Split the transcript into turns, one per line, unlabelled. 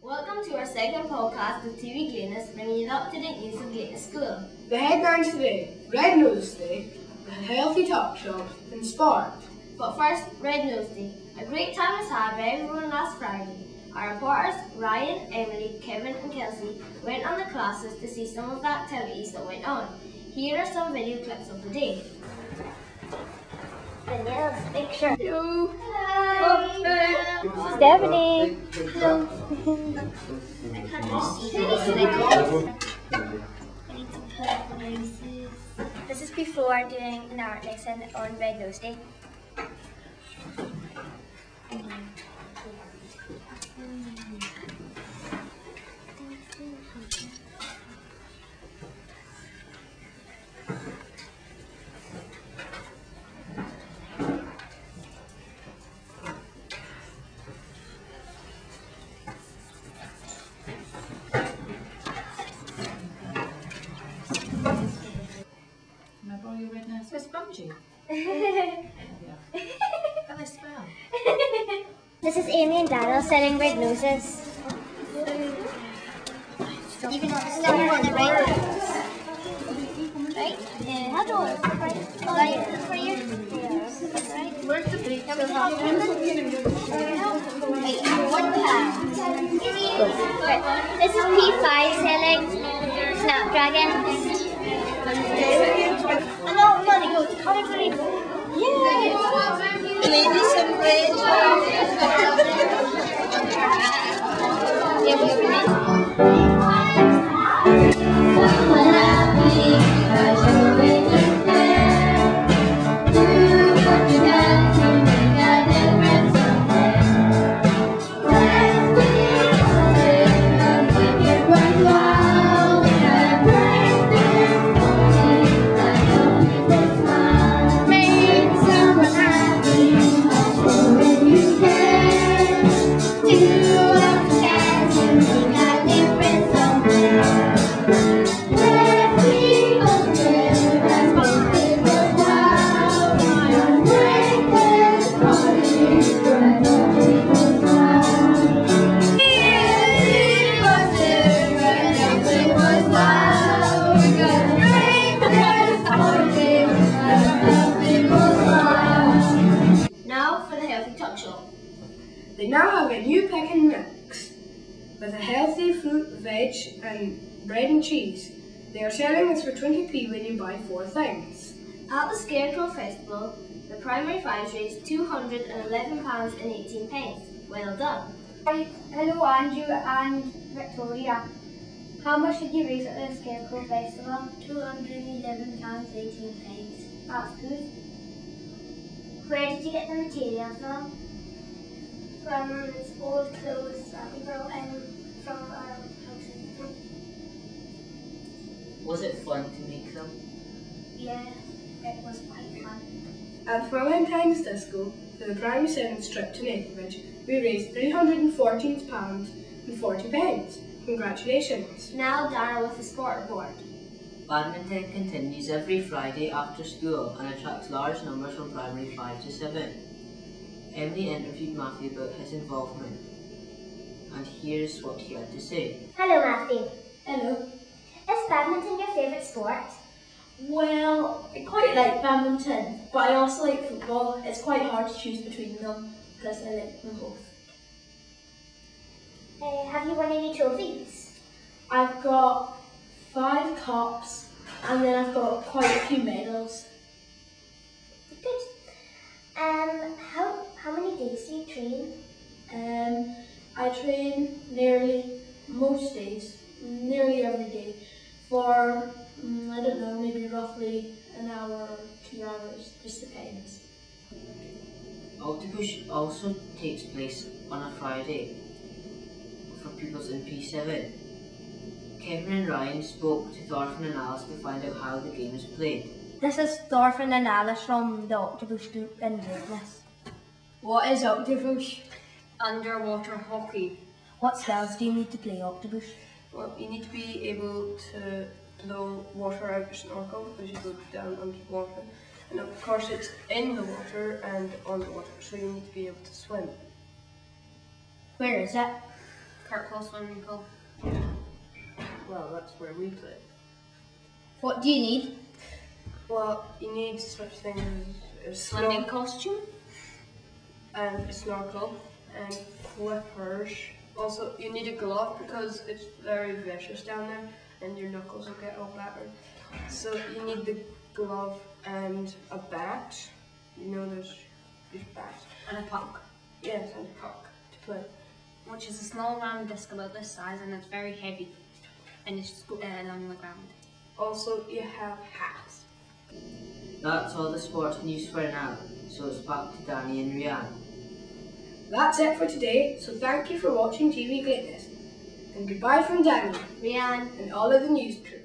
Welcome to our second podcast with TV Gleaners, bringing you up to date news of Gleaner School.
The headlines today, Red Nose Day, the Healthy Talk Show, and Sport.
But first, Red Nose Day. A great time was had by everyone last Friday. Our reporters, Ryan, Emily, Kevin, and Kelsey, went on the classes to see some of the activities that went on. Here are some video clips of the day. Danielle's picture.
Hello.
Stephanie.
I need to put laces. This is before doing an art lesson on Red Nose Day.
Can I borrow your red nose? It's spongy. Oh, they smell.
This is Amy and Daniel selling red noses. Even though this is not on the right Right? Yeah. How do Right for you? Right?
Where's the big
Number What the heck? This is P5 selling Snapdragon. I don't want to go to category. Yay! Ladies and
Now for the healthy talk show.
They now have a new pick and mix with a healthy fruit, veg, and bread and cheese. They are selling this for 20p when you buy four things.
At the Scarecrow Festival, the primary fives raised £211.18. Well done.
Hello, Andrew and Victoria. How much did you raise at the Scarecrow Festival? £211.18. That's good. Where did you get the material from? From old clothes that we brought in from um, our house.
Was it fun to make them?
Yeah, it was quite fun.
At Valentine's Disco, for the primary 7 trip to Nathanbridge, we raised £314.40. Congratulations.
Now Dara with the sport report.
Badminton continues every Friday after school and attracts large numbers from primary 5 to 7. Emily interviewed Matthew about his involvement, and here's what he had to say.
Hello, Matthew.
Hello.
Is badminton your favourite sport?
Well, I quite like badminton, but I also like football. It's quite hard to choose between them because I like them both.
Uh, have you won any trophies?
I've got five cups and then I've got quite a few medals.
Good. Um, how, how many days do you train?
Um, I train nearly most days, nearly every day, for mm, I don't know, maybe roughly an hour or two hours, just depends.
Octopush also takes place on a Friday for pupils in P7. Kevin and Ryan spoke to Thorfinn and Alice to find out how the game is played.
This is Thorfinn and Alice from the Octopus Group in Redness.
What is octopus?
underwater hockey.
What spells do you need to play Octopus?
Well, you need to be able to blow water out your snorkel because you go down underwater. And of course, it's in the water and on the water, so you need to be able to swim.
Where is it?
Kirkwall Swimming Pool. Well, that's where we play.
What do you need?
Well, you need such things as a
Swimming
snorkel
costume?
and a snorkel and flippers. Also, you need a glove because it's very vicious down there, and your knuckles will get all battered. So you need the glove and a bat. You know there's there's bats.
And a puck.
Yes, and a puck to play.
Which is a small round disc about this size and it's very heavy. And it's go- uh, along the ground.
Also, you have hats.
That's all the sports news for now, so it's back to Danny and Rianne.
That's it for today, so thank you for watching TV Greatness. And goodbye from Daniel
Rianne.
and all of the news crew.